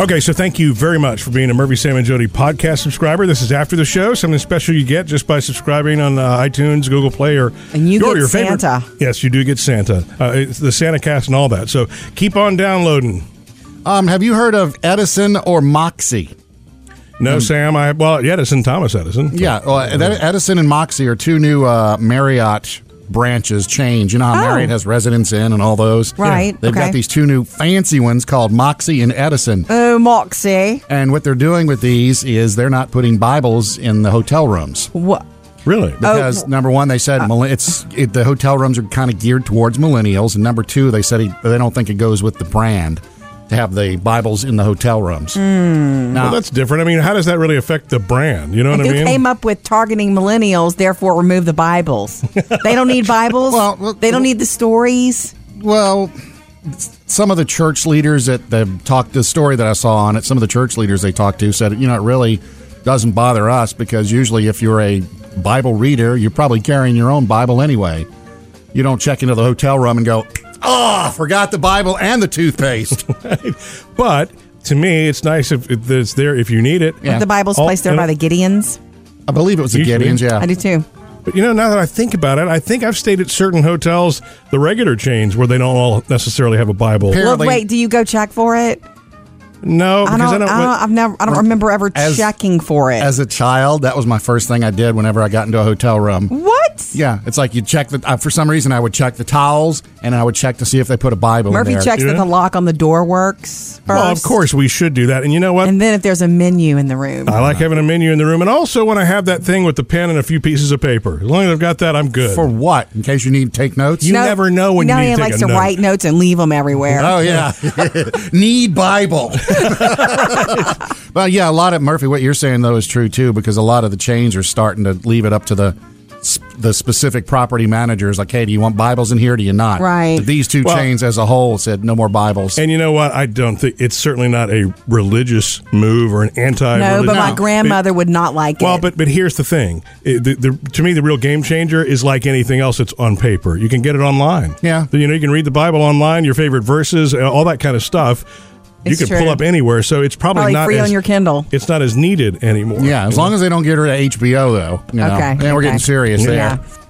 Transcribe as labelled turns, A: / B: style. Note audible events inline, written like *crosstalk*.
A: Okay, so thank you very much for being a Murphy, Sam, and Jody podcast subscriber. This is after the show, something special you get just by subscribing on uh, iTunes, Google Play, or
B: And you
A: your,
B: get
A: your favorite.
B: Santa.
A: Yes, you do get Santa, uh, it's the Santa cast, and all that. So keep on downloading.
C: Um, have you heard of Edison or Moxie?
B: Hmm.
A: No, Sam, I well, yeah, Edison, Thomas Edison.
C: Yeah, well, Ed- Edison and Moxie are two new uh, Marriott branches chains. You know how
B: Oh.
C: Marriott has Residence Inn and all those?
B: Right,
C: They've
B: okay.
C: got these two new fancy ones called Moxie and Edison.
B: Oh, Moxie.
C: And what they're doing with these is they're not putting Bibles in the hotel rooms.
B: What? Oh,
A: Really?
C: Because number one, they
B: Uh.
C: said millen- it's it, the hotel rooms are kind of geared towards millennials, and number two, they said he, they don't think it goes with the brand to have the Bibles in the hotel
B: Mm.
C: rooms.
A: Well, that's different. I mean, how does that really affect the brand? You know what I
B: uh, Who
A: mean?
B: came up with targeting millennials, therefore remove the Bibles?
A: *laughs*
B: they don't need Bibles.
C: Well, well,
B: they don't need the stories.
C: Well, some of the church leaders that they talked the story that I saw on it, some of the church leaders they talked to said, you know, it really doesn't bother us because usually if you're a Bible reader, you're probably carrying your own Bible anyway. You don't check into the hotel room and go, oh, forgot the Bible and
A: *laughs*
C: the toothpaste.
A: but to me, it's nice if if it's there if you need it.
C: Yeah.
B: The Bible's
A: Oh,
B: placed there
A: and-
B: by the Gideons.
C: I believe it was the
A: Usually.
C: Gideons, yeah.
B: I do too.
A: But you know, now that I think about it, I think I've stayed at certain hotels, the regular chains, where they don't all necessarily have a Bible.
C: Par-
B: Well,
C: Apparently-
B: wait, do you go check for it?
A: No,
B: I
A: because
B: don't.
A: I don't.
B: I've never. I don't remember ever
C: As-
B: checking for it.
C: As a child, that was my first thing I did whenever I got into a hotel room.
B: what?
C: Yeah, it's like you check the. Uh, for some reason, I would check the towels, and I would check to see if they put a Bible.
B: Murphy
C: in there.
B: checks
A: Yeah.
B: that the lock on the door works first.
A: well, of course Uh, we should do that. And you know what?
B: And then if there's a menu in the room,
A: I like having a menu in the room, and also when I have that thing with the pen and a few pieces of paper. As long as I've got that, I'm good.
C: For what? In case you need to take notes?
A: you never know when you
B: now
A: need to
B: he
A: take
B: likes
A: a
B: to
A: note.
B: write notes and leave them everywhere.
C: Oh, yeah. *laughs* need Bible. *laughs* well, yeah, a lot of Murphy, what you're saying, though, is true, too, because a lot of the chains are starting to leave it up to the sp- the specific property managers like hey do you want bibles in here do you not
B: Right.
C: these two
A: Well-
C: chains as a whole said no more bibles
A: And you know what? I don't think it's certainly not a religious move or an anti.
B: No, but my grandmother would not like
A: Well,
B: it.
A: but but here's the thing. It- the, the, to me, the real game changer is like anything else. It's on paper. You can get it online.
C: Yeah.
A: You know, you can read the Bible online, your favorite verses, uh, all that kind of stuff.
B: It's
A: you can
B: true.
A: pull up anywhere. So it's probably,
B: Probably
A: not
B: free
A: as,
B: on your Kindle.
A: It's not as needed anymore.
C: yeah as long as they don't get rid of hbo though you know?
B: Okay,
C: and we're
B: okay.
C: getting serious
B: Yeah.
C: there